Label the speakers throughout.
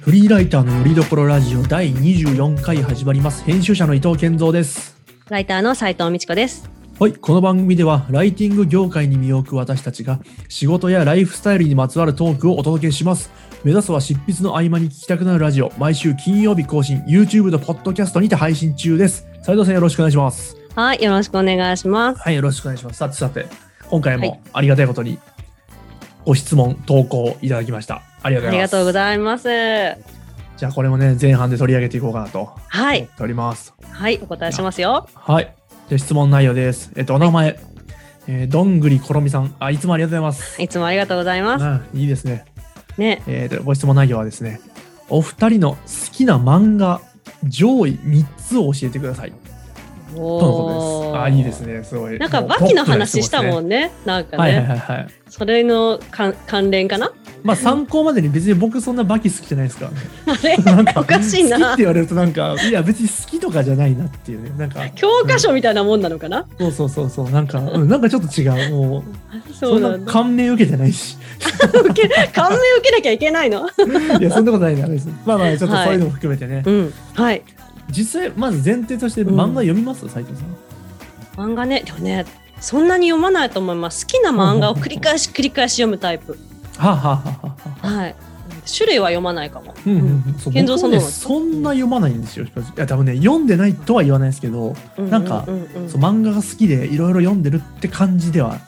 Speaker 1: フリーライターのよりどころラジオ第24回始まります。編集者の伊藤健三です。
Speaker 2: ライターの斉藤美智子です。
Speaker 1: はい、この番組ではライティング業界に身を置く私たちが仕事やライフスタイルにまつわるトークをお届けします。目指すは執筆の合間に聞きたくなるラジオ、毎週金曜日更新、YouTube と Podcast にて配信中です。斉藤さんよろしくお願いします。
Speaker 2: はい、よろしくお願いします。
Speaker 1: はい、よろしくお願いします。さてさて、今回
Speaker 2: はい
Speaker 1: もありがたいことにご質問、投稿いただきました。ありがとう
Speaker 2: あ
Speaker 1: ござい
Speaker 2: りが
Speaker 1: ます。
Speaker 2: とうございます。は
Speaker 1: じゃあこれもね、前半で取り上げていこうかなと思
Speaker 2: い
Speaker 1: っ、ております。
Speaker 2: はい、お答えしますよ。
Speaker 1: はい。じゃあ質問内容です。えっと、お名前、えーどんぐりころみさん。あ、いつもありがとうございます。
Speaker 2: いつもありがとうございます。
Speaker 1: うんいいですね。
Speaker 2: ね、
Speaker 1: えーと、ご質問内容はですね、お二人の好きな漫画、上位3つを教えてください。とのことです。あ、いいです
Speaker 2: ね。
Speaker 1: ね。すごい。
Speaker 2: なんか、
Speaker 1: もう
Speaker 2: バキの話した
Speaker 1: ト
Speaker 2: も
Speaker 1: ップ
Speaker 2: んね。なんか
Speaker 1: な
Speaker 2: ね、
Speaker 1: 質問ですね。はいはいはいはい。
Speaker 2: それの関関連かな。
Speaker 1: まあ、参考までに別に僕そんなバキ好きじゃないですからね。
Speaker 2: あれ、
Speaker 1: なんか、
Speaker 2: おかしいな
Speaker 1: 好きって言われるとなんか、いや、別に好きとかじゃないなっていうね。なんか、
Speaker 2: 教科書みたいなもんなのかな。
Speaker 1: そうそうそうそう。なんか、うん、なんかちょっと違う。もう、
Speaker 2: そ
Speaker 1: そ
Speaker 2: うんな
Speaker 1: なん
Speaker 2: だ。
Speaker 1: 感銘受けてないし。
Speaker 2: 受け、感銘受けなきゃいけないの。
Speaker 1: いや、そんなことないな、別に。まあまあ、ちょっとそういうのも含めてね。
Speaker 2: うん、はい。
Speaker 1: 実際、まず前提として
Speaker 2: うん
Speaker 1: 漫画読みます斉藤さん。
Speaker 2: 漫画ね、でもね、そんなに読まないと思います。好きな漫画を繰り返し繰り返し読むタイプ。
Speaker 1: はあ、はあはあはあはあ。
Speaker 2: はい。種類は読まないかも。
Speaker 1: うんうんうん。そう
Speaker 2: 健三
Speaker 1: 僕
Speaker 2: さん
Speaker 1: ね
Speaker 2: どうなんですか
Speaker 1: そんな読まないんですよ。正直いや、多分ね、読んでないとは言わないですけど、
Speaker 2: う
Speaker 1: なんか
Speaker 2: うう
Speaker 1: そう漫画が好きでいろいろ読んでるって感じでは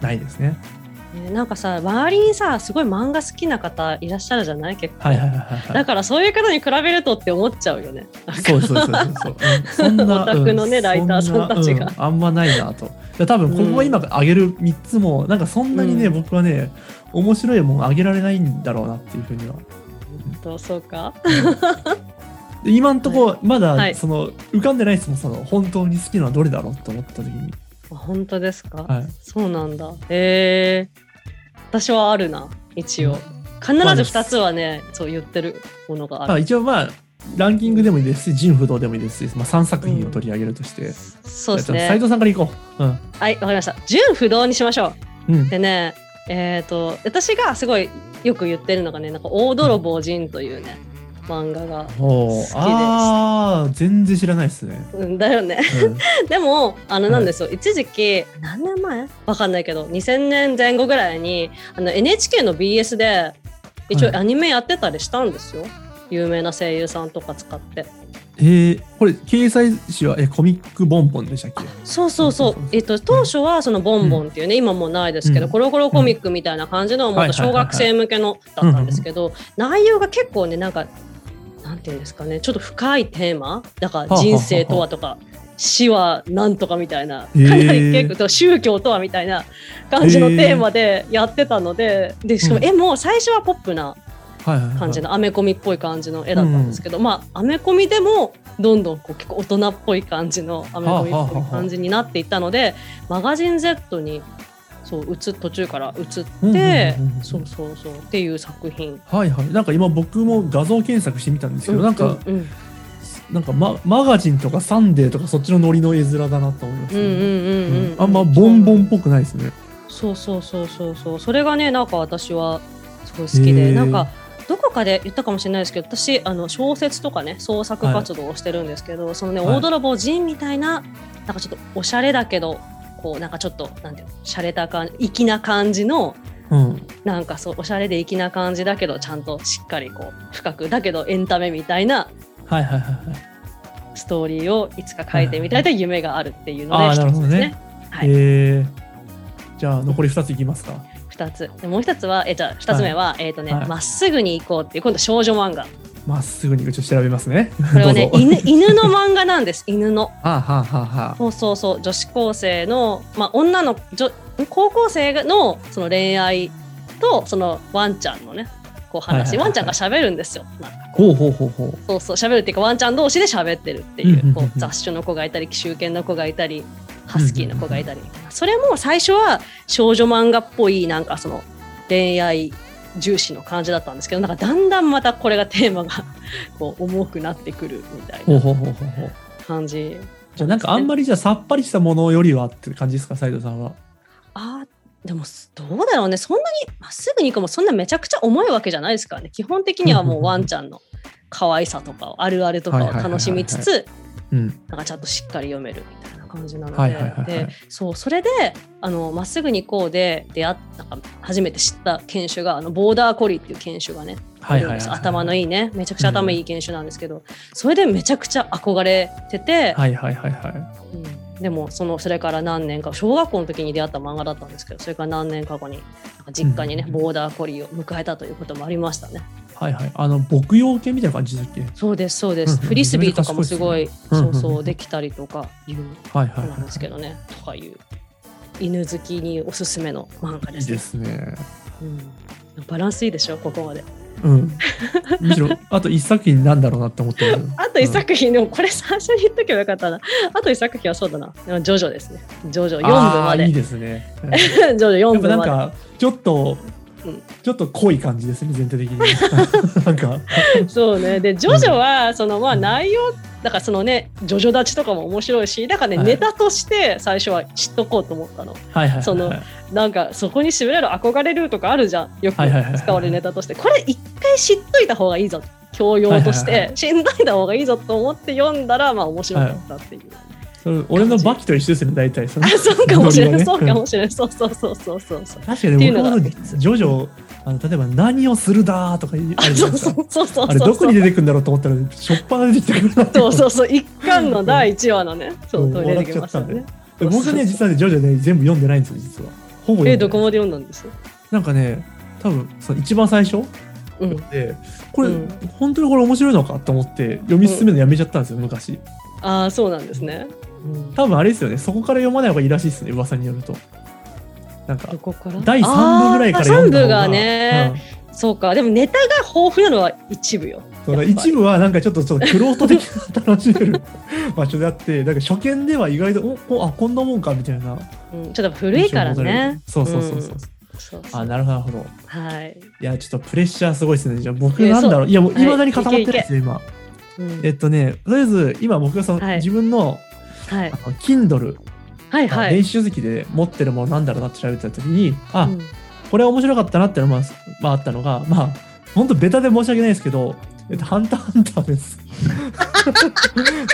Speaker 1: ないですね。
Speaker 2: ねなんかさ周りにさすごい漫画好きな方いらっしゃるじゃない結構、
Speaker 1: はいはいはいはいは
Speaker 2: だ
Speaker 1: い。
Speaker 2: からそういう方に比べるとって思っちゃうよね
Speaker 1: そうそうそうそうそう。うんそんな、
Speaker 2: オタクのね
Speaker 1: う
Speaker 2: ライターさんたちが
Speaker 1: そなうあんまないなと。で多分ここが今挙げる3つも、なんかそんなにね、
Speaker 2: うん
Speaker 1: 僕はね、面白いもん挙げられないんだろうなっていうふうには
Speaker 2: どうそうか
Speaker 1: で今んとこま
Speaker 2: は
Speaker 1: だ
Speaker 2: い
Speaker 1: その浮かんでないですもんその本当に好きなのはどれだろうと思った時に、
Speaker 2: あ本当ですか、
Speaker 1: はい、
Speaker 2: そうなんだへえ私はあるな一応必ず
Speaker 1: まあです
Speaker 2: 2つはねそう言ってるものがあ
Speaker 1: ま
Speaker 2: る、
Speaker 1: あ、一応まあランキングでもいいですし純不動でもいいですし、まあ、3作品を取り上げるとして、
Speaker 2: そうです
Speaker 1: 斉
Speaker 2: ね
Speaker 1: 藤さんからいこううん
Speaker 2: はいわかりました純不動にしましょ
Speaker 1: うん
Speaker 2: うでねえっ、と私がすごいよく言ってるのがねなんか大泥棒人というね漫画が、
Speaker 1: お
Speaker 2: 好きです
Speaker 1: あー全然知らないですね、
Speaker 2: うん、だよね
Speaker 1: うん、
Speaker 2: でもあの
Speaker 1: はい
Speaker 2: なんですよ、一時期何年前わかんないけど2000年前後ぐらいにあの NHK の BS で一
Speaker 1: はい
Speaker 2: 応アニメやってたりしたんですよ、有名な声優さんとか使って
Speaker 1: えー、これ掲載誌はえコミックボンボンでしたっけ
Speaker 2: そうそうそう
Speaker 1: そうそうそう
Speaker 2: えっと当初はその「ボンボン」っていうね、今もうないですけど、
Speaker 1: うん
Speaker 2: コロコロコミックみたいな感じのもっと小学生向けのだったんですけど内容が結構ねなんかなんていうんですかねちょっと深いテーマだから人生とはとか死はなんとかみたいなか
Speaker 1: へえ
Speaker 2: なり結構宗教とはみたいな感じのテーマでやってたのででしかも
Speaker 1: うん
Speaker 2: 絵も最初はポップな
Speaker 1: はいはい、はい、
Speaker 2: 感じのアメコミっぽい感じの絵だったんですけど、まあアメコミでもどんどんこう結構大人っぽい感じのアメコミっぽい感じになっていったのでマガジン Z にそう移っ途中から移っ
Speaker 1: うんうん
Speaker 2: て
Speaker 1: うんうん
Speaker 2: そうそうそうっていう作品。
Speaker 1: はいはいなんか今僕も画像検索してみたんですけど、なんか、
Speaker 2: うん
Speaker 1: なんかママガジンとかサンデーとかそっちのノリの絵面だなと思いま
Speaker 2: う
Speaker 1: す
Speaker 2: んう
Speaker 1: ね、
Speaker 2: んうんうん
Speaker 1: あんまボンボンっぽくないですね。
Speaker 2: そうそうそうそうそうそれがねなんか私はすごい好き
Speaker 1: へ
Speaker 2: で
Speaker 1: ー
Speaker 2: なんかどこかで言ったかもしれないですけど私あの小説とかね創作活動をしてるんですけど、そのね
Speaker 1: はい
Speaker 2: 大泥棒人みたいななんかちょっとおしゃれだけどこうなんかちょっとなんていうのしゃれた感じ粋な感じの
Speaker 1: うん。
Speaker 2: なんかそうおしゃれで粋な感じだけどちゃんとしっかりこう深くだけどエンタメみたいな
Speaker 1: はいはいはいはい。
Speaker 2: ストーリーをいつか書いてみたいという夢があるっていうので、
Speaker 1: あー
Speaker 2: 一つ
Speaker 1: なるほどね
Speaker 2: ですね。はい
Speaker 1: えーじゃあ残り二ついきますか。
Speaker 2: 二つ。でもう一つは、えじゃあ二つ目は、えっ、とね、
Speaker 1: はい
Speaker 2: まっすぐに行こうっていう今度少 女漫画。
Speaker 1: まっすぐにちょっと調べますね。
Speaker 2: これは ね
Speaker 1: どうぞ
Speaker 2: 犬犬の漫画なんです。犬の。
Speaker 1: はあ、はあはあはあ、
Speaker 2: そうそうそう女子高生のまあ女の女ん高校生のその恋愛とそのワンちゃんのねこう話、
Speaker 1: はいはいはい
Speaker 2: ワンちゃんが喋るんですよ。なんか
Speaker 1: ほうほうほうほう。
Speaker 2: そうそう喋るっていうかワンちゃん同士で喋ってるって
Speaker 1: うん
Speaker 2: い
Speaker 1: うんうん
Speaker 2: うこう雑種の子がいたり奇襲犬の子がいたりハスキーの子がいたりみたいなそれも最初は少女漫画っぽいなんかその恋愛重視の感じだったんですけどなんかだんだんまたこれがテーマが こう重くなってくるみたい
Speaker 1: ほ
Speaker 2: な
Speaker 1: うほうほうほうほう。
Speaker 2: 感じ
Speaker 1: じゃあなんかあんまりじゃあさっぱりしたものよりはって感じですか、斉藤さんは。
Speaker 2: あーでもすどうだろうねそんなにまっすぐにいくもそんなめちゃくちゃ重いわけじゃないですからね基本的にはもうワンちゃんの可愛さとかをあるあるとかを楽しみつつ
Speaker 1: うん。
Speaker 2: なんかちゃんとしっかり読めるみたいな感じなので,、
Speaker 1: はいはいはいはい
Speaker 2: でそうそれであの「まっすぐに行こう」で出会ったなんか初めて知った犬種があのボーダーコリーっていう犬種がね
Speaker 1: はいはいはい。
Speaker 2: 頭のいいねめちゃくちゃ頭いい犬種なんですけど、それでめちゃくちゃ憧れてて、
Speaker 1: はいはいはいはい。
Speaker 2: うんでもそのそれから何年か小学校の時に出会った漫画だったんですけどそれから何年か後になんか実家にね、
Speaker 1: うん
Speaker 2: ボーダーコリーを迎えたということもありましたね。
Speaker 1: はいはい。あの、牧羊犬みたいな感じだっけ
Speaker 2: そうですそうです、
Speaker 1: うんうん
Speaker 2: フリスビーとかもすごい
Speaker 1: めちゃ
Speaker 2: そ
Speaker 1: めちゃ賢いで
Speaker 2: う
Speaker 1: すねうんうん
Speaker 2: そうできたりとかいう
Speaker 1: はいは
Speaker 2: 子
Speaker 1: い
Speaker 2: なんですけ
Speaker 1: は
Speaker 2: どね、とかいう犬好きにおすすめの漫画
Speaker 1: い。
Speaker 2: で
Speaker 1: いい
Speaker 2: す,、
Speaker 1: ですね。
Speaker 2: うん、バランスいいでしょここまで。
Speaker 1: うん。むしろ、あと一作品なんだろうなって思ってる。
Speaker 2: あと一作品、でもこれ最初に言っとけばよかったな。あと一作品はそうだな。ジョジョですね。ジョジョ4部ま
Speaker 1: あーいい
Speaker 2: で。
Speaker 1: ですね。うん
Speaker 2: ジョジョ
Speaker 1: や
Speaker 2: 4
Speaker 1: っぱ
Speaker 2: 部
Speaker 1: なん
Speaker 2: まで。
Speaker 1: か、ちょっと
Speaker 2: うん、
Speaker 1: ちょっと濃い感じですね、全体的 に。なんか、
Speaker 2: そうね。で、ジョジョは、そのまあ内容、だからそのね、ジョジョ立ちとかも面白いし、だからね、
Speaker 1: はい
Speaker 2: ネタとして最初は知っとこうと思ったの。
Speaker 1: はいはいはいはい。
Speaker 2: その
Speaker 1: はい
Speaker 2: なんかそこにしびれる憧れるとかあるじゃん。よく
Speaker 1: はいはいはいはい
Speaker 2: 使われるネタとして。これ一回知っといた方がいいぞ。教養とし
Speaker 1: はいはい
Speaker 2: て、知んどいた方がいいぞと思って読んだら、まあ面白かったっていう。
Speaker 1: それ俺のバキと一緒ですね、大体。 その
Speaker 2: あ、そうかもしれ
Speaker 1: ノ
Speaker 2: ない。
Speaker 1: リ
Speaker 2: そう
Speaker 1: がね
Speaker 2: かもしれない。そうそうそうそうそうそう。
Speaker 1: 確かに
Speaker 2: っていう
Speaker 1: 僕
Speaker 2: の
Speaker 1: は
Speaker 2: が
Speaker 1: あのジョジョあの例えば何をするだーとか言うあ
Speaker 2: あ
Speaker 1: れじ
Speaker 2: そ
Speaker 1: ゃな
Speaker 2: う
Speaker 1: いです
Speaker 2: そ
Speaker 1: か
Speaker 2: うそうそうそう。
Speaker 1: あれどこに出てくるんだろうと思ったらしょっぱな出てきたから
Speaker 2: そうそうそう。一巻の第一話のね。そうう、
Speaker 1: ん
Speaker 2: 出てきました
Speaker 1: 笑
Speaker 2: ね
Speaker 1: っ。で 僕ね実はねジョジョね全部読んでないんですよ実はほぼ読
Speaker 2: え、
Speaker 1: んで
Speaker 2: どこ
Speaker 1: ない
Speaker 2: まで読んだんです
Speaker 1: なんかね多分その一番最初
Speaker 2: うん。
Speaker 1: でこれ、
Speaker 2: うん
Speaker 1: 本当にこれ面白いのかと思って読み進めるのやめちゃったんですよ昔
Speaker 2: ああ、そうなんですね。
Speaker 1: 多分あれですよねそこから読まない方がいいらしいですね噂によるとなんか
Speaker 2: どこから
Speaker 1: 第3部ぐらいから
Speaker 2: あー
Speaker 1: 読んだ方
Speaker 2: 三部
Speaker 1: が
Speaker 2: がね、そうか。でもネタが豊富なのは一部よ。
Speaker 1: そうだ
Speaker 2: やっぱり
Speaker 1: 一部はなんかちょっとちょっとクロート的な楽しめる場所であって なんか初見では意外とおこあこんなもんかみたいな
Speaker 2: うんちょっと古いからね。
Speaker 1: そうそうそうそう、
Speaker 2: んそうそう
Speaker 1: あなるほどなるほど
Speaker 2: はい。
Speaker 1: いやちょっとプレッシャーすごいですねじゃあ僕
Speaker 2: えー
Speaker 1: なんだろういやもう
Speaker 2: はい
Speaker 1: いまだに固まってるんですよ今
Speaker 2: うん
Speaker 1: えっとねとりあえず今僕がその、
Speaker 2: はい
Speaker 1: 自分の
Speaker 2: はい
Speaker 1: あの Kindle
Speaker 2: はいは
Speaker 1: 電
Speaker 2: い。
Speaker 1: 子書籍で持ってるものなんだろうなって調べてた時にあ、
Speaker 2: うん
Speaker 1: これは面白かったなってのはまあ、まあ、あったのがまあ本当ベタで申し訳ないですけどえっとハンターハンターです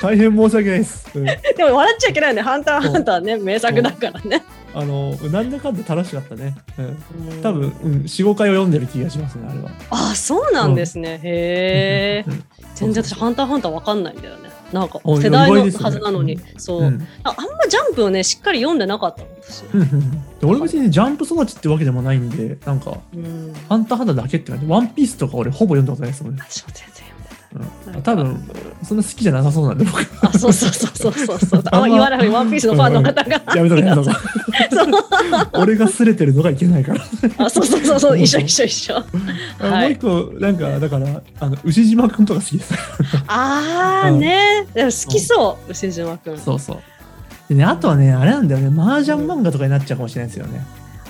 Speaker 1: 大変申し訳ないです、うん
Speaker 2: でも笑っちゃいけないよね。ハンターハンターね、名作だからね。
Speaker 1: あのなんだかんだ楽しかったね、うん、
Speaker 2: うん
Speaker 1: 多分、うん、45回を読んでる気がしますねあれは
Speaker 2: あ、そうなんですね。へえ。
Speaker 1: う
Speaker 2: 全然
Speaker 1: そうそ
Speaker 2: 私
Speaker 1: う
Speaker 2: ハンターハンターわかんないんだよね。なんか
Speaker 1: あ
Speaker 2: 世代
Speaker 1: 意
Speaker 2: の
Speaker 1: 外ですね
Speaker 2: はずなのに
Speaker 1: う、
Speaker 2: そう、
Speaker 1: んうん
Speaker 2: あ。あんまジャンプをねしっかり読んでなかったの私。
Speaker 1: うんうんで俺別にジャンプ育ちってわけでもないんでなんか
Speaker 2: うん。
Speaker 1: 「ハンターハンター」だけって感じワンピースとか俺ほぼ読んだことないですもんね、
Speaker 2: 私も全然読んで
Speaker 1: うん、多分そんな好きじゃなさそうなんで僕
Speaker 2: ない。あ、そうそうそうそうそうそう。
Speaker 1: あ
Speaker 2: あんま
Speaker 1: んま
Speaker 2: 言わない方がいいワンピースのファンの方が。
Speaker 1: やめとけやめとけ
Speaker 2: そう。
Speaker 1: 俺がすれてるのがいけないから
Speaker 2: あ、そうそうそうそう。一緒一緒一緒。
Speaker 1: あ
Speaker 2: は
Speaker 1: も
Speaker 2: い
Speaker 1: う一個なんかだからあの牛島くんとか好きです
Speaker 2: あーね。でも好きそう。牛島くん。
Speaker 1: そうそうでねあとはねあれなんだよね麻雀漫画とかになっちゃうかもしれないですよね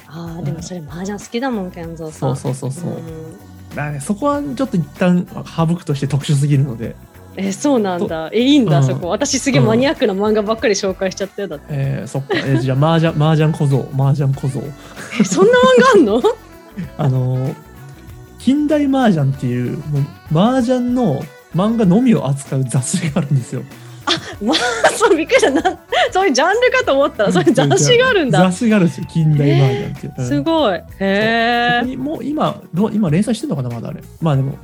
Speaker 2: あーでもそれ麻雀好きだもん健三さ
Speaker 1: そ
Speaker 2: ん。
Speaker 1: うそうそうそう、
Speaker 2: ん
Speaker 1: だからねそこはちょっと一旦省くとして特殊すぎるので、
Speaker 2: えそうなんだえいいん
Speaker 1: う
Speaker 2: だ、
Speaker 1: ん
Speaker 2: そこ私すげえマニアックな漫画ばっかり紹介しちゃったよだって
Speaker 1: えーそっか、えーじゃあ麻雀麻雀小僧麻雀小僧
Speaker 2: えそんな漫画あんの
Speaker 1: あのー近代麻雀っていうもう麻雀の漫画のみを扱う雑誌があるんですよ
Speaker 2: そうびっくりしたなそういうジャンルかと思ったらそういう雑誌があるんだ
Speaker 1: 雑誌があるんですよ近代麻雀っていう、うん
Speaker 2: すごいへえ
Speaker 1: そこにもう今どう今連載してるのかなまだあれまあでもっ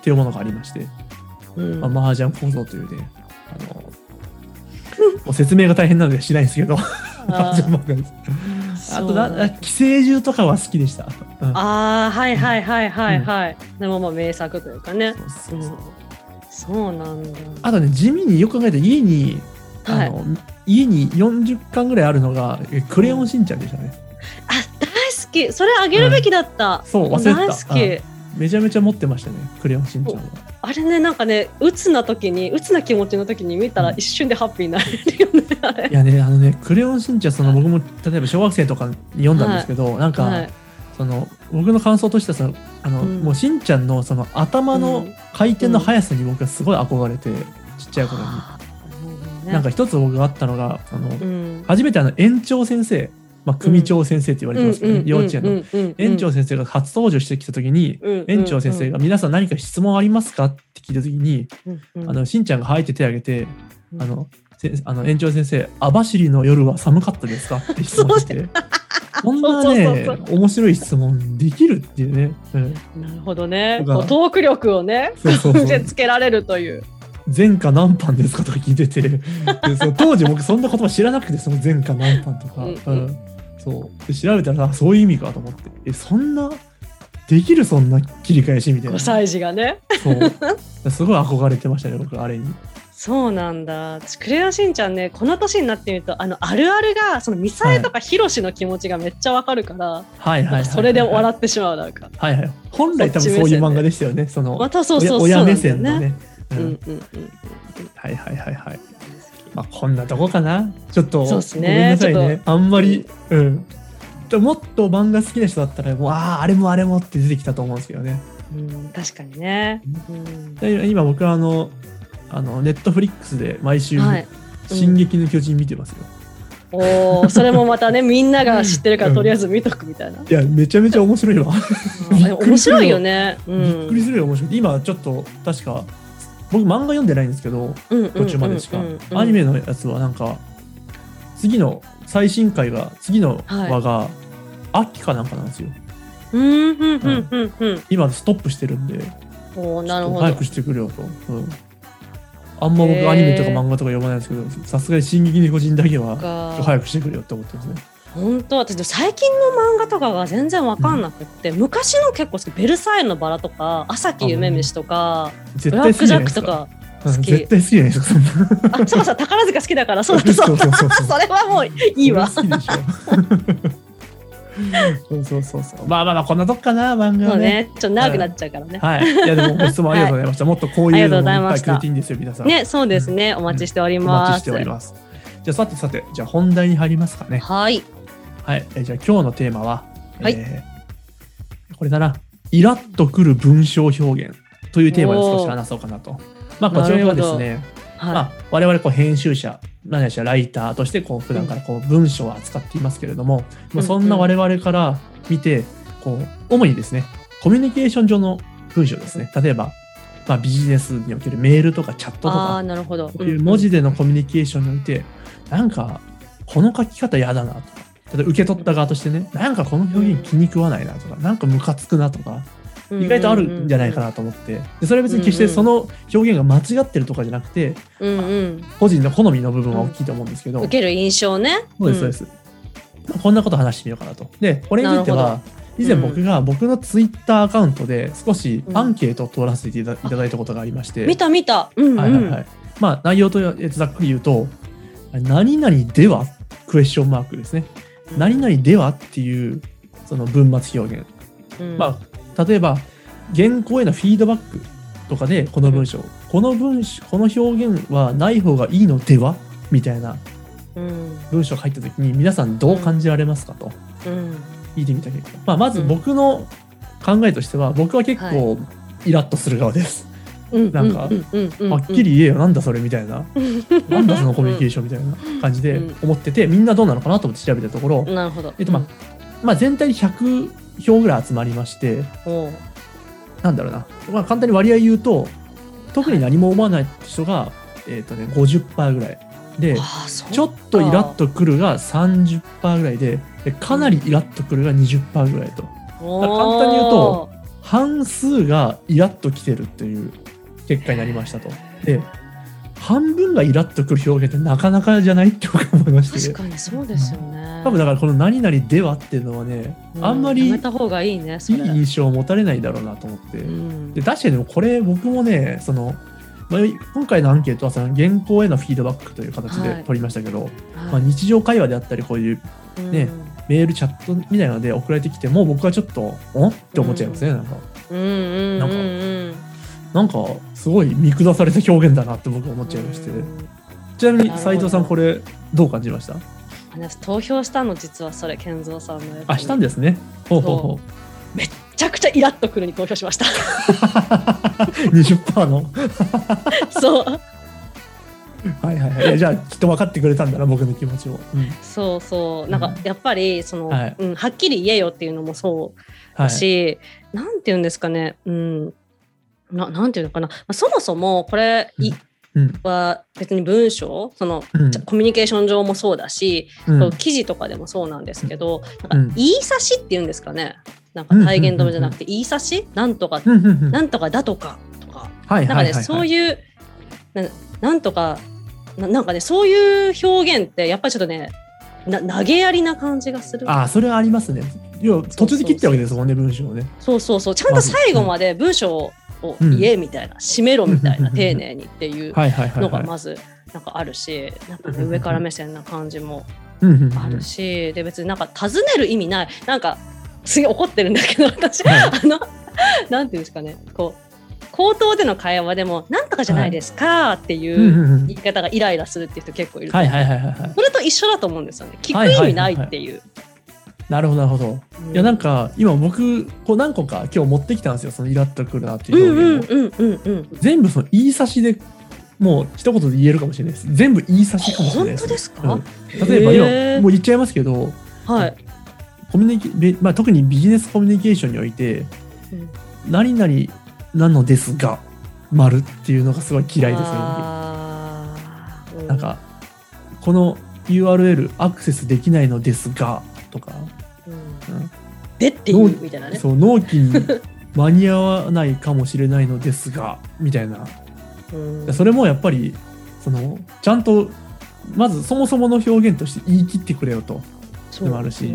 Speaker 1: ていうものがありまして、
Speaker 2: うん
Speaker 1: まあ、麻雀小僧というねあのーもう説明が大変なのでしないですけど麻
Speaker 2: あ
Speaker 1: 雀漫画です
Speaker 2: ー
Speaker 1: あとな
Speaker 2: そうなんだ
Speaker 1: 寄生獣とかは好きでした、うん
Speaker 2: あーはいはいはいはいはい、でもまあ名作というかね
Speaker 1: そうそうそう
Speaker 2: そうなんだ
Speaker 1: あとね地味によく考えて家に、
Speaker 2: はい
Speaker 1: あの家に40巻ぐらいあるのがえ「クレヨンしんちゃん」でしたね、
Speaker 2: あ大好きそれあげるべきだった、
Speaker 1: そう忘れてた
Speaker 2: 大好き、
Speaker 1: うんめちゃめちゃ持ってましたね「クレヨンしんちゃんは」
Speaker 2: あれねなんかね鬱な時に鬱な気持ちの時に見たら一瞬でハッピーになれるよねあれ
Speaker 1: いやねあのね「クレヨンしんちゃん」その僕も例えば小学生とかに読んだんですけど、なんか、
Speaker 2: はい、
Speaker 1: その僕の感想としてはそのあの、
Speaker 2: うん
Speaker 1: もうしんちゃんのその頭
Speaker 2: う
Speaker 1: の
Speaker 2: ん
Speaker 1: 回転の速さに僕はすごい憧れて、ちっちゃい頃に、
Speaker 2: あーなるほどね
Speaker 1: なんか一つ僕があったのがあの、
Speaker 2: うん
Speaker 1: 初めてあの園長先生まあ、組長先生って言われてますけどね、幼稚園の。
Speaker 2: の
Speaker 1: 園長先生が初登場してきた時に、園長先生が「皆さん何か質問ありますか?」って聞いた時に、あのしんちゃんが「はい」って手を挙げて「あのせあの園長先生網走の夜は寒かったですか?」って質問してこんな
Speaker 2: そう
Speaker 1: ね
Speaker 2: そう
Speaker 1: 面白い質問できるっていうね、うん
Speaker 2: なるほどね
Speaker 1: とか
Speaker 2: こうトーク力をね
Speaker 1: そうそうそう
Speaker 2: でつけられるという
Speaker 1: 前科何班ですかとか聞いててでその当時僕そんな言葉知らなくてその前科何班とか、
Speaker 2: うん
Speaker 1: うんそうで調べたらあそういう意味かと思ってえそんなできるそんな切り返しみたい
Speaker 2: 5
Speaker 1: な
Speaker 2: 歳児がね
Speaker 1: そうすごい憧れてましたね僕あれに
Speaker 2: そうなんだ私クレヨンしんちゃんねこの年になってみるとあのあるあるがそのミサエとかヒロシの気持ちがめっちゃわかるから、
Speaker 1: はいはいはい、
Speaker 2: なん
Speaker 1: はい、
Speaker 2: かそれで
Speaker 1: ら
Speaker 2: 笑ってしまうなんか
Speaker 1: はいはい本来多分そういう漫画でしたよねその
Speaker 2: またそうそうそう
Speaker 1: 親
Speaker 2: な
Speaker 1: 親
Speaker 2: んだ
Speaker 1: 目
Speaker 2: よ
Speaker 1: 線のね
Speaker 2: うん
Speaker 1: う
Speaker 2: うんんうん
Speaker 1: はいはいはいはいまあこんなとこかなちょっと
Speaker 2: そうっす
Speaker 1: ご
Speaker 2: ね
Speaker 1: めんなさい
Speaker 2: ちょ
Speaker 1: ねあんまりうんでもっと漫画好きな人だったらもうあああれもあれもって出てきたと思うんですけどね
Speaker 2: うんうん確かにね、うん、
Speaker 1: で今僕はあのあのネットフリックスで毎週
Speaker 2: は
Speaker 1: 「
Speaker 2: いうん
Speaker 1: 進撃の巨人」見てますよ、
Speaker 2: おーそれもまたねみんなが知ってるからとりあえず見とくみたいな、
Speaker 1: いやめちゃめちゃ面白いわ
Speaker 2: うん
Speaker 1: びっくりする
Speaker 2: 面白いよね、うん、
Speaker 1: びっくりするよ面白い今ちょっと確か僕漫画読んでないんですけど途
Speaker 2: 途
Speaker 1: 中までしか、アニメのやつはなんか次の最新回が次の話が、秋かなんかなんですよ
Speaker 2: うんうんうんうんうん
Speaker 1: 今ストップしてるんで
Speaker 2: おーなるほ
Speaker 1: 早
Speaker 2: ど
Speaker 1: くしてくれよと、うん、あんま
Speaker 2: へー
Speaker 1: 僕アニメとか漫画とか読まないんですけどさすがに「進撃の巨人」だけは
Speaker 2: か
Speaker 1: 早くしてくれよって思ってますね
Speaker 2: 本当私でも最近の漫画とかが全然わかんなくって、昔の結構好き「ベルサイユのバラ」とか「朝木夢飯」とか「
Speaker 1: 絶
Speaker 2: ブラ
Speaker 1: 対
Speaker 2: ッ
Speaker 1: 好き
Speaker 2: ク・
Speaker 1: じ
Speaker 2: ジ
Speaker 1: ゃ
Speaker 2: ャ
Speaker 1: ないで
Speaker 2: ック」
Speaker 1: す
Speaker 2: と
Speaker 1: か
Speaker 2: か
Speaker 1: うん
Speaker 2: 好き
Speaker 1: 絶対好きじゃないですかそんな
Speaker 2: あそうそう宝塚好きだからそうだそうだ
Speaker 1: そうそうそう
Speaker 2: それはもういい わ
Speaker 1: それ好きでしょそうそうそうそうまあまあまあこんなとこかな漫画
Speaker 2: そ
Speaker 1: は
Speaker 2: う
Speaker 1: ね
Speaker 2: ねちょっと長くなっちゃ うからね、
Speaker 1: はい。いやでもご質問ありがとうございました。もっとこういうのもいっぱいくれていいんですよ皆さん。
Speaker 2: ねそうですねお待ちしており
Speaker 1: お
Speaker 2: ます
Speaker 1: 待ちしております。じゃあさてさてじゃあ本題に入りますかね。
Speaker 2: はい
Speaker 1: はい。えじゃあ今日のテーマは、
Speaker 2: はい
Speaker 1: えーこれだな。イラッとくる文章表現というテーマで少し話そうかなと。まあこちらはですね、ま
Speaker 2: は
Speaker 1: あ我々こう編集者何しろライターとしてこう普段からこう文章を扱っていますけれども、まあそんな我々から見てこう主にですねコミュニケーション上の文章ですね例えば、まあ、ビジネスにおけるメールとかチャットと
Speaker 2: いああ
Speaker 1: か
Speaker 2: ーなるほど
Speaker 1: こういう文字でのコミュニケーションにおいてなんかこの書き方嫌だなとか例えば受け取った側としてねなんかこの表現気に食わないなとかなんかムカつくなとか意外とあるんじゃないか
Speaker 2: な
Speaker 1: なと思ってでそれは別に決してその表現が間違ってるとかじゃなくて
Speaker 2: うんうん
Speaker 1: 個人の好みの部分は大きいと思うんですけど、
Speaker 2: 受ける印象ね
Speaker 1: そうですそうです、まあこんなこと話してみようかなとでこれについて
Speaker 2: なる
Speaker 1: は以前僕が僕のツイッターアカウントで少し
Speaker 2: うん
Speaker 1: アンケートを取らせていただいただいたことがありまして、
Speaker 2: 見た見たうんうん、
Speaker 1: はいはいはいまあ内容とざっくり言うと何々ではクエスチョンマークですね何々ではっていうその文末表現、
Speaker 2: うん
Speaker 1: まあ例えば原稿へのフィードバックとかでこの文章、この文章この表現はない方がいいのではみたいな
Speaker 2: うん
Speaker 1: 文章書いた時に皆さんどう感じられますかと
Speaker 2: うん
Speaker 1: 聞いてみた結果、まあ、まず僕の考えとしては僕は結構イラッとする側です、
Speaker 2: うん
Speaker 1: なんか
Speaker 2: うんうんうんうん
Speaker 1: はっきり言えよなんだそれみたいな、なんだそのコミュニケーションみたいな感じで思っててみんなどうなのかなと思って調べたところ、
Speaker 2: なるほど。
Speaker 1: えっとまあまあ、全体で100票ぐらい集まりまして
Speaker 2: うんおう
Speaker 1: なんだろうな、まあ、簡単に割合言うと特に何も思わない人が、えっとね、50%ぐらいで。
Speaker 2: ああそう
Speaker 1: ちょっとイラッとくるが30%ぐらいででかなりイラッとくるが20%ぐらいと
Speaker 2: お
Speaker 1: だから簡単に言うと半数がイラッときてるっていう結果になりましたとで半分がイラッとくる表現ってなかなかじゃないって僕は思いまし
Speaker 2: 確
Speaker 1: て
Speaker 2: かにそうですよね。
Speaker 1: 多分だからこの「何々では」っていうのはねあんまり
Speaker 2: う
Speaker 1: い
Speaker 2: やめ
Speaker 1: い
Speaker 2: た方がいいね。それ
Speaker 1: 印象を持たれないだろうなと思って
Speaker 2: うん
Speaker 1: で確かにでもこれ僕もねそのまあ今回のアンケートはその原稿へのフィードバックという形
Speaker 2: は
Speaker 1: で
Speaker 2: い
Speaker 1: 取りましたけど、ま
Speaker 2: は
Speaker 1: あ、
Speaker 2: い
Speaker 1: 日常会話であったりこういうねメールチャットみたいなので送られてきても僕はちょっと「ん?」って思っちゃいますね、なんか
Speaker 2: うんうん
Speaker 1: な
Speaker 2: うんん
Speaker 1: か
Speaker 2: うん
Speaker 1: なんかすごい見下された表現だなって僕は思っちゃいまして、
Speaker 2: うん
Speaker 1: ちなみに
Speaker 2: なるほど
Speaker 1: 斉藤さんこれどう感じました
Speaker 2: あの投票したの実はそれ健三さんのやつ
Speaker 1: あしたんですねほうほうほう
Speaker 2: めちゃくちゃイラッとくるに投票し ました
Speaker 1: 20%の
Speaker 2: そう
Speaker 1: はいはいはいいや。じゃあ、きっと分かってくれたんだな、僕の気持ちを。うん
Speaker 2: そうそううなん
Speaker 1: う
Speaker 2: か
Speaker 1: ん
Speaker 2: やっぱりその、
Speaker 1: はい
Speaker 2: うん、はっきり言えよっていうのもそう
Speaker 1: は
Speaker 2: だ
Speaker 1: い。
Speaker 2: し、なんて言うんですかねうんななんていうのかな、まあ、そもそもこれい
Speaker 1: うん。
Speaker 2: は別に文章その
Speaker 1: うん
Speaker 2: コミュニケーション上もそうだし、
Speaker 1: うん
Speaker 2: そう記事とかでもそうなんですけど、
Speaker 1: う
Speaker 2: なん
Speaker 1: ん
Speaker 2: か言い差しっていうんですかねなんか体言止めじゃなくて言い差しなんとか、
Speaker 1: うんうんうん。
Speaker 2: なんとかだとかとか
Speaker 1: はい
Speaker 2: なん
Speaker 1: は
Speaker 2: か
Speaker 1: い
Speaker 2: ね、
Speaker 1: はい。
Speaker 2: そう
Speaker 1: う。
Speaker 2: いうななんとかななんかねそういう表現ってやっぱりちょっとねな投げやりな感じがする
Speaker 1: ああ、それはありますね。要は、途中で切ってるわけですもんね、文章をね。
Speaker 2: そうそうそうちゃんと最後まで文章を言えみたいな、締めろみたいな
Speaker 1: うん
Speaker 2: 丁寧にっていう
Speaker 1: はいはいはい
Speaker 2: のが
Speaker 1: はい。
Speaker 2: まずなんかあるしなんかね
Speaker 1: うん
Speaker 2: 上から目線な感じも
Speaker 1: うんうんうん
Speaker 2: あるしで別になんか尋ねる意味ないなんかすげえ怒ってるんだけど私
Speaker 1: はい
Speaker 2: あのなんていうんですかねこう口頭での会話でも「なんとかじゃないですか」っていうう。
Speaker 1: んうんうん
Speaker 2: 言い方がイライラするっていう人結構いる、
Speaker 1: はいはいはいはいはい。
Speaker 2: それと一緒だと思うんですよね聞
Speaker 1: は
Speaker 2: く
Speaker 1: い
Speaker 2: 意
Speaker 1: はい
Speaker 2: 味ないっていう、
Speaker 1: なるほどなるほど。
Speaker 2: う
Speaker 1: いやなんか今僕こう何個か今日持ってきたんですよそのイラッとくるなって
Speaker 2: うん
Speaker 1: いう表
Speaker 2: うん
Speaker 1: 現を、
Speaker 2: うんうんうん
Speaker 1: 全部その言い差しでもう一言で言えるかもしれないです全部言い差しかもしれない
Speaker 2: 本当
Speaker 1: で
Speaker 2: ですすか、
Speaker 1: うん例えば
Speaker 2: へ
Speaker 1: 今
Speaker 2: ー
Speaker 1: もう言っちゃいますけど
Speaker 2: はい、
Speaker 1: コミュニケべまあ、特にビジネスコミュニケーションにおいて
Speaker 2: うん
Speaker 1: 何々なのですが丸っていうのがすごい嫌いですね僕
Speaker 2: あー
Speaker 1: なんかこの URL アクセスできないのですがとか
Speaker 2: うん
Speaker 1: ん
Speaker 2: でっていうみたいなね
Speaker 1: そう納期に間に合わないかもしれないのですがみたいな
Speaker 2: うん
Speaker 1: でそれもやっぱりそのちゃんとまずそもそもの表現として言い切ってくれよと
Speaker 2: そう
Speaker 1: でもあるし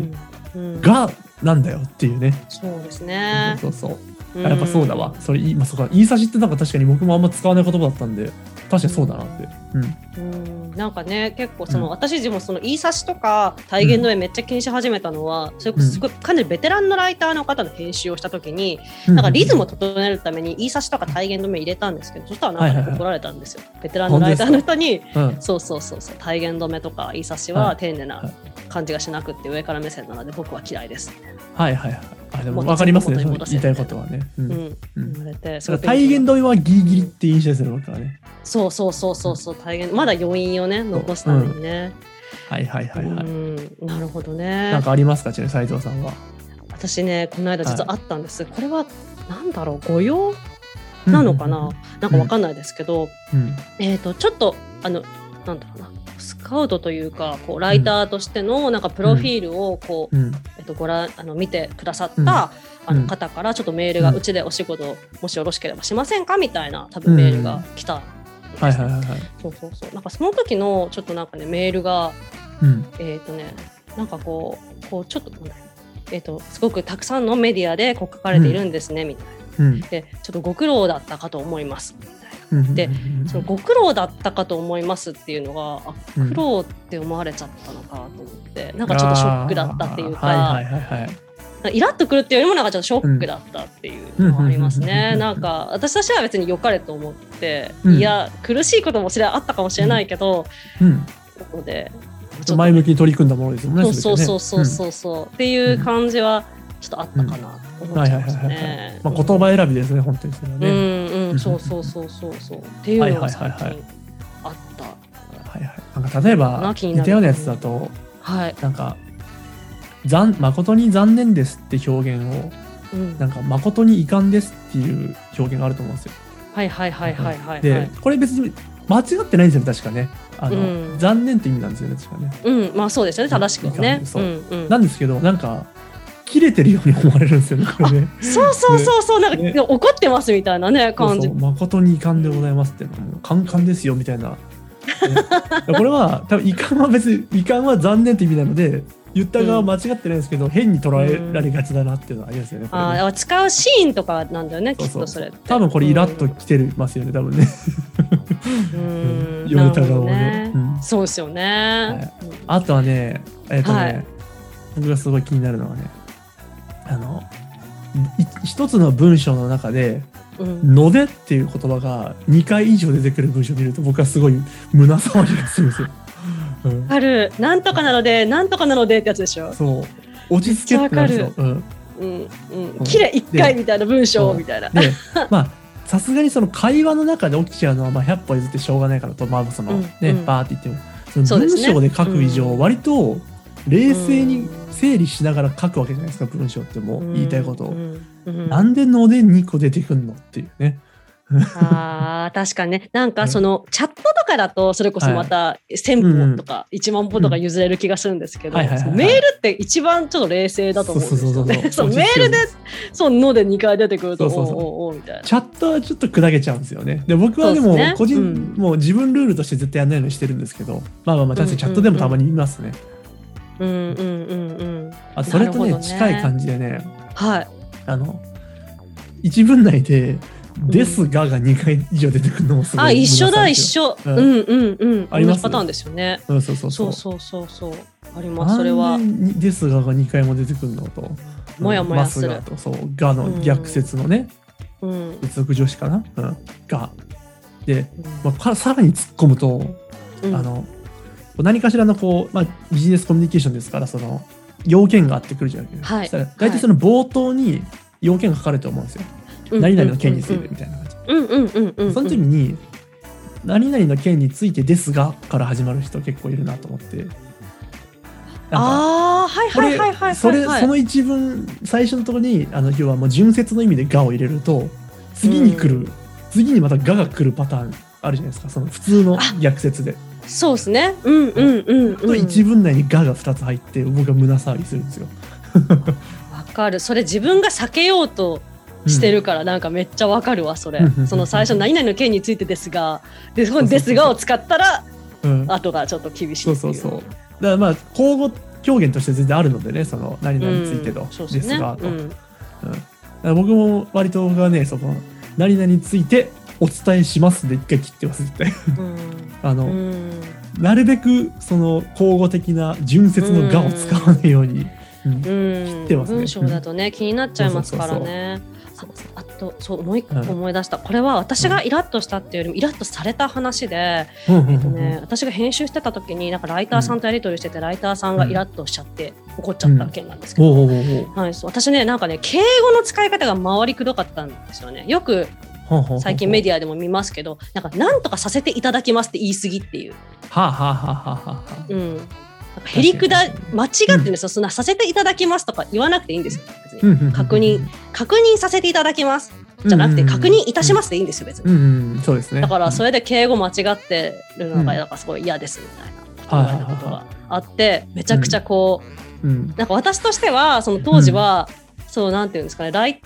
Speaker 2: うんうん
Speaker 1: がなんだよっていうね、
Speaker 2: そうですね、
Speaker 1: そうそうあやっぱそうだわ、それいまあそうか言い差しってなんか確かに僕もあんま使わない言葉だったんで確かにそうだなって、うん、
Speaker 2: うんなんかね結構そ
Speaker 1: う
Speaker 2: の、
Speaker 1: ん
Speaker 2: 私自身もその言い差しとか体言の絵めっちゃ気にし始めたのは、それこそすごいかなりベテランのライターの方の編集をした時に、なんかリズムを整えるために言い差しとか体言止め入れたんですけど、そしたらなんか
Speaker 1: はいはい
Speaker 2: ね
Speaker 1: はい
Speaker 2: 怒られたんですよ。ベテランのライターの人に、
Speaker 1: うん、うん
Speaker 2: そうそうそうそう、体言止めとか言い差し
Speaker 1: は
Speaker 2: はい丁寧な
Speaker 1: はい
Speaker 2: 感じがしなくって上から目線なので僕は嫌いです。
Speaker 1: はいはいはいあでも
Speaker 2: もっと
Speaker 1: 分かりますねそ
Speaker 2: 元に
Speaker 1: の
Speaker 2: 戻せ
Speaker 1: 言いたいことはね、う
Speaker 2: うん
Speaker 1: うん
Speaker 2: ん、言われて、
Speaker 1: だから体現止めはギリギリって印象ですね僕はね
Speaker 2: そうそうそうそうそう体言まだ余韻をね残すためにね。
Speaker 1: はいはいはいはい、
Speaker 2: うん、なるほどね
Speaker 1: なん。かありますかちなみに斉藤さんは
Speaker 2: 私ねこの間実はあったんです。これはなんだろう御用なのかな、なんかわかんないですけど、
Speaker 1: うん
Speaker 2: えー、とちょっとあのなんだろうなスカウトというかこうライターとしてのなんかプロフィールをこう、
Speaker 1: うん
Speaker 2: えっとご覧あの見てくださった、
Speaker 1: うん
Speaker 2: あ
Speaker 1: うん
Speaker 2: の方からちょっとメールが、
Speaker 1: う
Speaker 2: うんちでお仕事もしよろしければしませんかみたいな多分メールが来たんです、
Speaker 1: はいはいはいはい
Speaker 2: そうそうそうなんかその時のちょっとなんかねメールが
Speaker 1: うん
Speaker 2: えっ、とねなんかこうこうちょっとなんだえっ、とすごくたくさんのメディアでこう書かれているんですね、みたいな
Speaker 1: うん
Speaker 2: でちょっとご苦労だったかと思いますみたいな。
Speaker 1: うん
Speaker 2: で
Speaker 1: うん
Speaker 2: そのご苦労だったかと思いますっていうのがあ
Speaker 1: うん
Speaker 2: 苦労って思われちゃったのかと思ってなんかちょっとショックだったっていうか、
Speaker 1: あーはいはいはいはい
Speaker 2: なんかイラッとくるっていうよりもなんかちょっとショックだったっていうのはありますね、
Speaker 1: うん
Speaker 2: なんか私としては別に良かれと思って、
Speaker 1: うん
Speaker 2: いや苦しいこともそれはあったかもしれないけど、
Speaker 1: うん
Speaker 2: なので
Speaker 1: ちょっと前向きに取り組んだものですもんね。
Speaker 2: そうそうそう
Speaker 1: 全てね
Speaker 2: そうそう、っていう感じはちょっとあったかなと
Speaker 1: うん
Speaker 2: 思
Speaker 1: は
Speaker 2: っ
Speaker 1: い
Speaker 2: ちゃ
Speaker 1: はいいはい
Speaker 2: ました
Speaker 1: はい
Speaker 2: ね。。
Speaker 1: まあ言葉選びですね、本当にそれは
Speaker 2: う
Speaker 1: ね。
Speaker 2: んうんそうそうそうそうそうっていうのが最
Speaker 1: はいはい
Speaker 2: 近あった
Speaker 1: はいはい。なんか例えば
Speaker 2: な気になる
Speaker 1: 似たようなやつだと、
Speaker 2: はい、
Speaker 1: なんか残誠に残念ですって表現を、
Speaker 2: うん、
Speaker 1: なんか誠に遺憾ですっていう表現があると思うんですよ。
Speaker 2: はいはいはいはいはいはい。
Speaker 1: で、これ別に間違ってないんですよね、確かね。あ
Speaker 2: う
Speaker 1: の
Speaker 2: ん
Speaker 1: 残念って意味なんですよね、確かね。
Speaker 2: うん、まあそうですよね、正しくはね。
Speaker 1: そううん
Speaker 2: うん、
Speaker 1: なんですけど、なんか切れてるように思われるんですよね、これね。
Speaker 2: そうそうそうそう、なんか、
Speaker 1: ね
Speaker 2: 怒ってますみたいなね、感じ。
Speaker 1: そうそう誠に遺憾でございますっていうのもうカンカンですよみたいな、ねこれは多分遺憾は別に遺憾は残念って意味なので言った側は間違ってないんですけど、変に捉えられがちだなっていうのはありますよね、これ
Speaker 2: あ
Speaker 1: ね
Speaker 2: あ、やっぱ使うシーンとかなんだよね、き
Speaker 1: そう
Speaker 2: っ
Speaker 1: そう
Speaker 2: とそれって。
Speaker 1: 多分これイラッときてますよね、多分ね
Speaker 2: うん、うん、
Speaker 1: 読めた
Speaker 2: なる
Speaker 1: 側
Speaker 2: ほ
Speaker 1: も
Speaker 2: ど
Speaker 1: ね
Speaker 2: ね。
Speaker 1: うん
Speaker 2: そうですよね。
Speaker 1: あとはねえっ、とね、
Speaker 2: はい
Speaker 1: 僕がすごい気になるのはねあのい一つの文章の中で
Speaker 2: う
Speaker 1: 「
Speaker 2: ん
Speaker 1: ので」っていう言葉が2回以上出てくる文章を見ると僕はすごい胸騒ぎがするんですよ。うん
Speaker 2: わかる、なんとかなので、なんとかなのでってやつでしょ。
Speaker 1: そう落ち着けってなるんですよ。うん、
Speaker 2: うん、うん
Speaker 1: う、ん
Speaker 2: 綺麗一回
Speaker 1: で
Speaker 2: みたいな文章
Speaker 1: そう
Speaker 2: みたいな。
Speaker 1: でまあさすがにその会話の中で起きちゃうのはまあ100歩譲ってしょうがないからとまあその
Speaker 2: うん
Speaker 1: ね、
Speaker 2: うん
Speaker 1: バーって言ってもその
Speaker 2: そうで
Speaker 1: 文
Speaker 2: すね
Speaker 1: 章で書く以上、
Speaker 2: うん
Speaker 1: 割と冷静に整理しながら書くわけじゃないですか文章ってもう言いたいことを、
Speaker 2: うんうん
Speaker 1: なんでので2個出てくんのっていうね
Speaker 2: あー確かにねなん
Speaker 1: う
Speaker 2: か
Speaker 1: ん
Speaker 2: そのチャットとかだとそれこそまた1000歩とか1万歩とか譲れる気がするんですけど
Speaker 1: はいはいはいはい
Speaker 2: メールって一番ちょっと冷静だと思うんですよね。
Speaker 1: そ
Speaker 2: そう
Speaker 1: そうそうそう
Speaker 2: うメールで
Speaker 1: 落
Speaker 2: そうので2回出てくるとお
Speaker 1: そうそうそう
Speaker 2: おうおうみたいな。
Speaker 1: チャットはちょっと砕けちゃうんですよねで僕はで
Speaker 2: そ
Speaker 1: も
Speaker 2: うですね
Speaker 1: 個人
Speaker 2: うん
Speaker 1: もう自分ルールとして絶対やんないようにしてるんですけどまあまあまあ確かにチャットでもたまに見ますね、
Speaker 2: うんうんうんうん。
Speaker 1: あそれと
Speaker 2: な
Speaker 1: ね
Speaker 2: るほどね
Speaker 1: 近い感じでね
Speaker 2: はい。
Speaker 1: あの一文内で「ですが」が2回以上出てくるのもすごい、
Speaker 2: あ一緒だ一
Speaker 1: 緒う
Speaker 2: 緒。うんんうんうん。
Speaker 1: あります
Speaker 2: 同じパターンですよね。
Speaker 1: そうそうそう
Speaker 2: そ
Speaker 1: そうう
Speaker 2: そうそうそう。ありますそれは。
Speaker 1: なんでにですが」が2回も出てくるのと「
Speaker 2: もやもや
Speaker 1: ます
Speaker 2: る
Speaker 1: が」と「そうが」の逆説のね
Speaker 2: うん。
Speaker 1: 接続助詞かな「うん、が」で、まあか、さらに突っ込むと、
Speaker 2: うん
Speaker 1: あのこう何かしらのこう、まあ、ビジネスコミュニケーションですからその要件があってくるじゃないですか、
Speaker 2: は
Speaker 1: そ
Speaker 2: い
Speaker 1: したら大体その冒頭に要件が書かれると思うんですよ、
Speaker 2: うん
Speaker 1: 何々の件についてみたいな感じ
Speaker 2: うんうんうんうんうん。
Speaker 1: その時に「何々の件についてですが」から始まる人結構いるなと思って。なんか
Speaker 2: ああはい
Speaker 1: こ
Speaker 2: は
Speaker 1: れ
Speaker 2: いはいはいはいはい。
Speaker 1: それその一文最初のところにあの要はもう純説の意味で「が」を入れると次に来る、
Speaker 2: うん
Speaker 1: 次にまた「が」が来るパターンあるじゃないですかその普通の逆説で。
Speaker 2: そうですね。うんうんうん、
Speaker 1: と
Speaker 2: うん。
Speaker 1: 一文内に「が」が2つ入って僕は胸騒ぎするんですよ。
Speaker 2: わかる。それ自分が避けようとしてるから、なんかめっちゃわかるわ、それ。その最初、何々の件についてですが、で、そこにですがを使ったら、
Speaker 1: うん、うん
Speaker 2: 後がちょっと厳しい
Speaker 1: そうそうそう。だからまあ交互表現として全然あるのでねその「何
Speaker 2: う
Speaker 1: 々
Speaker 2: ん
Speaker 1: についてと」
Speaker 2: そう
Speaker 1: で
Speaker 2: ですす
Speaker 1: が」
Speaker 2: ね。
Speaker 1: と。
Speaker 2: うん
Speaker 1: うんだから僕も割と僕はねその何々についてお伝えしますで一回切ってます絶対あ
Speaker 2: う
Speaker 1: の、
Speaker 2: ん。
Speaker 1: なるべくその交互的な純説の「が」を使わないように、うん
Speaker 2: うん。
Speaker 1: てますね
Speaker 2: 文章だとね、気になっちゃいますからね。
Speaker 1: そうそう
Speaker 2: あとそう思い
Speaker 1: うん
Speaker 2: 思い出した、これは私がイラッとしたっていうよりもイラッとされた話で、
Speaker 1: そううんうんうん
Speaker 2: ね、私が編集してた時になんかライターさんとやり取りしてて、ライターさんがイラッとしちゃって怒っちゃった件なんですけど、
Speaker 1: おうおうおう
Speaker 2: はい、そう私ねなんかね敬語の使い方が回りくどかったんですよねよく
Speaker 1: ほうほう
Speaker 2: 最近メ
Speaker 1: デ
Speaker 2: ディアでも見ますけどなんかなんとかさせていただきますって言い過ぎっていう、
Speaker 1: ィはあはあはあはあはあ
Speaker 2: うん、なんかへりくだ
Speaker 1: 確かに
Speaker 2: 間違ってるんですよ、そんなさせていただきますとか言わなくていいんですよ別に、
Speaker 1: うんうんうん
Speaker 2: 確認確認させていただきますじゃなくて確認いたしますでいいんですよ別に、
Speaker 1: うんうん、そうですね
Speaker 2: だからそ
Speaker 1: れ
Speaker 2: れで敬語間違ってるのが
Speaker 1: うん
Speaker 2: なんかすごい嫌ですみた
Speaker 1: はい
Speaker 2: いなこと言
Speaker 1: はいは
Speaker 2: われ
Speaker 1: い
Speaker 2: たことがあってめちゃくちゃこう、
Speaker 1: うん
Speaker 2: なんか私としてはその当時は、そうなんていうんですかねライ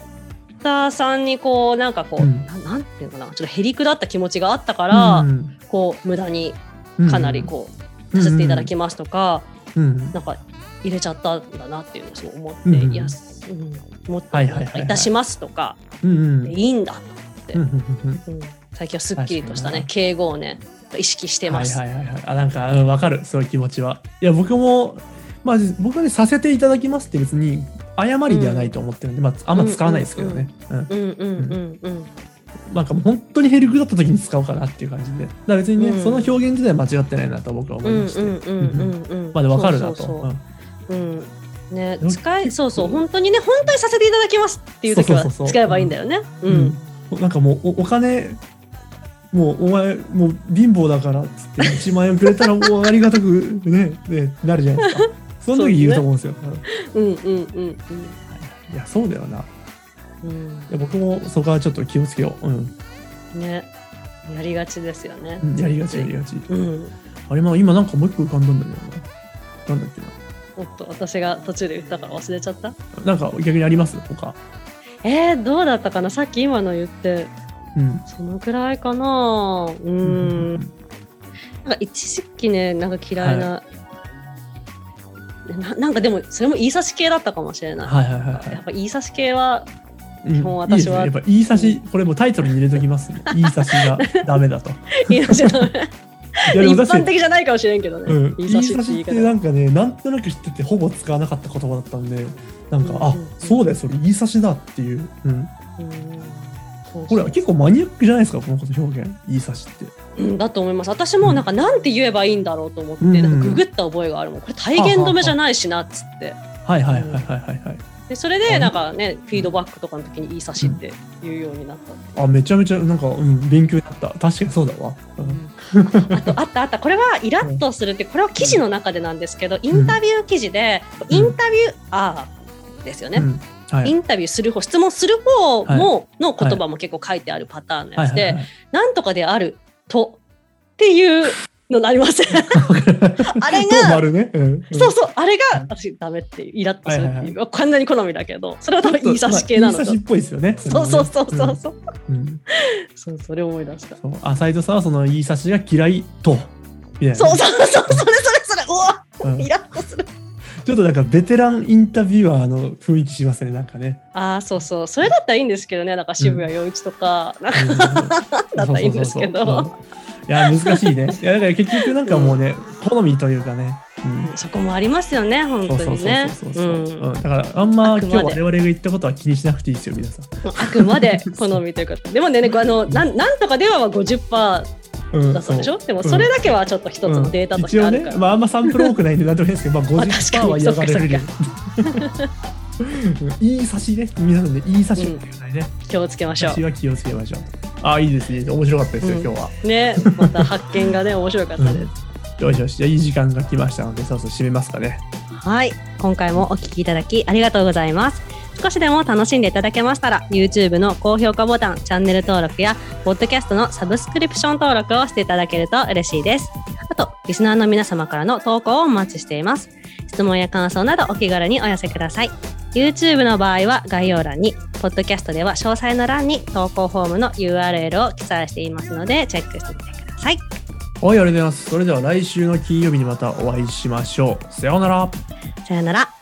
Speaker 2: ターさんにこうなんかこう、
Speaker 1: うん
Speaker 2: ななんていうのかなちょっとへりくだった気持ちがあったから、
Speaker 1: うん
Speaker 2: こう無駄に
Speaker 1: うん
Speaker 2: かなりこう、させていただきますとか、
Speaker 1: うんうん
Speaker 2: なんか入れちゃったんだなっていうのをそう思って、
Speaker 1: うん
Speaker 2: いや、すうん、もっと、
Speaker 1: はいはいはいはい
Speaker 2: たしますとか
Speaker 1: うんうん
Speaker 2: でいいんだと、
Speaker 1: うんうんうん
Speaker 2: うん最近はすっきりとしたね
Speaker 1: 確
Speaker 2: 敬語をね意識してます。
Speaker 1: はいはいはいはい、あなんかうんわかるそういう気持ちはいや僕もまあ僕はねさせていただきますって別に誤りではないと思ってるんで、まあ、あんま使わないですけどね、うん
Speaker 2: うんうんうんうん
Speaker 1: なんかもう本当にヘルクだった時に使おうかなっていう感じでだから別にね、
Speaker 2: うん
Speaker 1: その表現自体は間違ってないなと僕は思
Speaker 2: う
Speaker 1: い
Speaker 2: ん
Speaker 1: まして、
Speaker 2: うんうんうんうん
Speaker 1: まあでもわかるなと
Speaker 2: そうそう
Speaker 1: う
Speaker 2: そう
Speaker 1: ん
Speaker 2: うんね
Speaker 1: うん、
Speaker 2: 使いそうそう本当にね本当にさせていただきますっていう時は
Speaker 1: そうそうそう
Speaker 2: 使えばいいんだよね。うん
Speaker 1: うん、なんかもうおお金もうお前もう貧乏だからっつって1万円くれたらもうありがたく ねねなるじゃないです かその時言うと思うんですよ、
Speaker 2: うんうんうん
Speaker 1: うんいやそうだよない
Speaker 2: うん
Speaker 1: や僕もそこはちょっと気をつけよう、うん
Speaker 2: うんねやりがちですよね。
Speaker 1: うん、やりがちやりがち
Speaker 2: うん。
Speaker 1: あれまあ今なんかもう一個浮かんだんだけどななんだっけ
Speaker 2: おっと私が途中で言ったから忘れちゃった。
Speaker 1: ななんか逆にあります他
Speaker 2: えー、どうだったかなさっき今の言って
Speaker 1: うん
Speaker 2: そのくらいかな。う。
Speaker 1: うん
Speaker 2: なんか一時期ねなんか嫌いな、ななんかでもそれも言い差し系だったかもしれない。
Speaker 1: はいはいはいは
Speaker 2: やっぱ言い差し系は
Speaker 1: いう
Speaker 2: 基
Speaker 1: ん
Speaker 2: 本私はい
Speaker 1: いですねやっぱ言い差しこれもうタイトルに入れときます、ね、言い差しがダメだ と
Speaker 2: 言い差しだね
Speaker 1: いやで
Speaker 2: 一
Speaker 1: も確かに
Speaker 2: 般的じゃないかもしれんけど
Speaker 1: う
Speaker 2: ね、
Speaker 1: ん、言
Speaker 2: 言い差
Speaker 1: い
Speaker 2: しっ
Speaker 1: 差
Speaker 2: て
Speaker 1: し
Speaker 2: 言い
Speaker 1: って
Speaker 2: 方
Speaker 1: なんかねなんとなく知っててほぼ使わなかった言葉だったんでなんか、あ
Speaker 2: うんうん
Speaker 1: そうだよそれ言い差しだっていう、うん、
Speaker 2: うんそう
Speaker 1: こ
Speaker 2: そ
Speaker 1: れ
Speaker 2: う
Speaker 1: 結構マニアックじゃないですかこのこと表現言い差しって
Speaker 2: うんだと思います私もなんかなんて言えばいいんだろうと思って、
Speaker 1: うん
Speaker 2: なんかググった覚えがあるもんこれ体言止めじゃないしなっつって、
Speaker 1: はいはいはいはいはいはい、
Speaker 2: でそれでなんかねフィードバックとかの時にいい差しって言うようになったって
Speaker 1: あめちゃめちゃなんか、うん、勉強になった確かにそうだわ、うん
Speaker 2: あとあったあったこれはイラッとするってこれは記事の中でなんですけどインタビュー記事でインタビューあーですよね、
Speaker 1: うんはい
Speaker 2: インタビューする方質問する方もの言葉も結構書いてあるパターンの
Speaker 1: はい
Speaker 2: やつ
Speaker 1: はいは
Speaker 2: で
Speaker 1: い
Speaker 2: 「なんとかであると」っていうのなりませんあれ
Speaker 1: どうも
Speaker 2: が
Speaker 1: あるね、うん
Speaker 2: そうそうあれが私ダメっていうイラッとするっていう、
Speaker 1: はいはい
Speaker 2: 完全に好みだけどそれは多分
Speaker 1: ちょっと
Speaker 2: いい差し系なの
Speaker 1: まあ
Speaker 2: と、
Speaker 1: いい差しっぽいですよね。
Speaker 2: そうそうそうそうそう、
Speaker 1: うん。うん
Speaker 2: そうそれ思い出した
Speaker 1: そうあ、斉藤さんはそのいい差しが嫌いと。みたいな
Speaker 2: そうそうそうそうそれそれそれうわ
Speaker 1: うん
Speaker 2: イラッとする
Speaker 1: ちょっとなんかベテランインタビュアーの雰囲気しますね、なんかね。
Speaker 2: ああそうそうそれだったらいいんですけどねなんか渋谷陽一とか、なんか
Speaker 1: うん
Speaker 2: だったらいいんですけ
Speaker 1: そ
Speaker 2: ど。
Speaker 1: うそうそうそううんいや、難しいね。いや、だから結局なんかもうね、好みというかね。うん
Speaker 2: そこもありますよね本
Speaker 1: そう
Speaker 2: 当
Speaker 1: そう
Speaker 2: に
Speaker 1: そう
Speaker 2: ね
Speaker 1: そう
Speaker 2: う
Speaker 1: そう、うん
Speaker 2: ん
Speaker 1: だからあんま
Speaker 2: あく
Speaker 1: 今
Speaker 2: ま
Speaker 1: 日
Speaker 2: で
Speaker 1: 我々が言ったことは気にしなくていいですよ皆さん、
Speaker 2: あくまで好みというかでもねねあのなんなんとかではは50%
Speaker 1: うん、
Speaker 2: だそうでしょでも
Speaker 1: うん
Speaker 2: それだけはちょっと一つのデータとしてある
Speaker 1: うん一
Speaker 2: か
Speaker 1: 応
Speaker 2: ら、
Speaker 1: ね、まあ、あんまサンプル多くないんでなんとも言えないですけど、まあ、
Speaker 2: まあ確か
Speaker 1: 50%
Speaker 2: に
Speaker 1: は嫌がられるよ うんいい差しね皆さんねいい差しっていうね、
Speaker 2: 気をつけましょ
Speaker 1: 差しは気をつけましょうあいいですね面白かったですよ、
Speaker 2: うん
Speaker 1: 今日は、
Speaker 2: うねまた発見がね面白かったです、
Speaker 1: よしよしじゃあいい時間が来ましたのでそろそろ締めますかね
Speaker 2: はい今回もお聞きいただきありがとうございます少しでも楽しんでいただけましたら YouTube の高評価ボタンチャンネル登録やポッドキャストのサブスクリプション登録をしていただけると嬉しいですあとリスナーの皆様からの投稿をお待ちしています質問や感想などお気軽にお寄せください YouTube の場合は概要欄にポッドキャストでは詳細の欄に投稿フォームの URL を記載していますのでチェックしてみてください
Speaker 1: はいありがとうございますそれでは来週の金曜日にまたお会いしましょうさようなら
Speaker 2: さよなら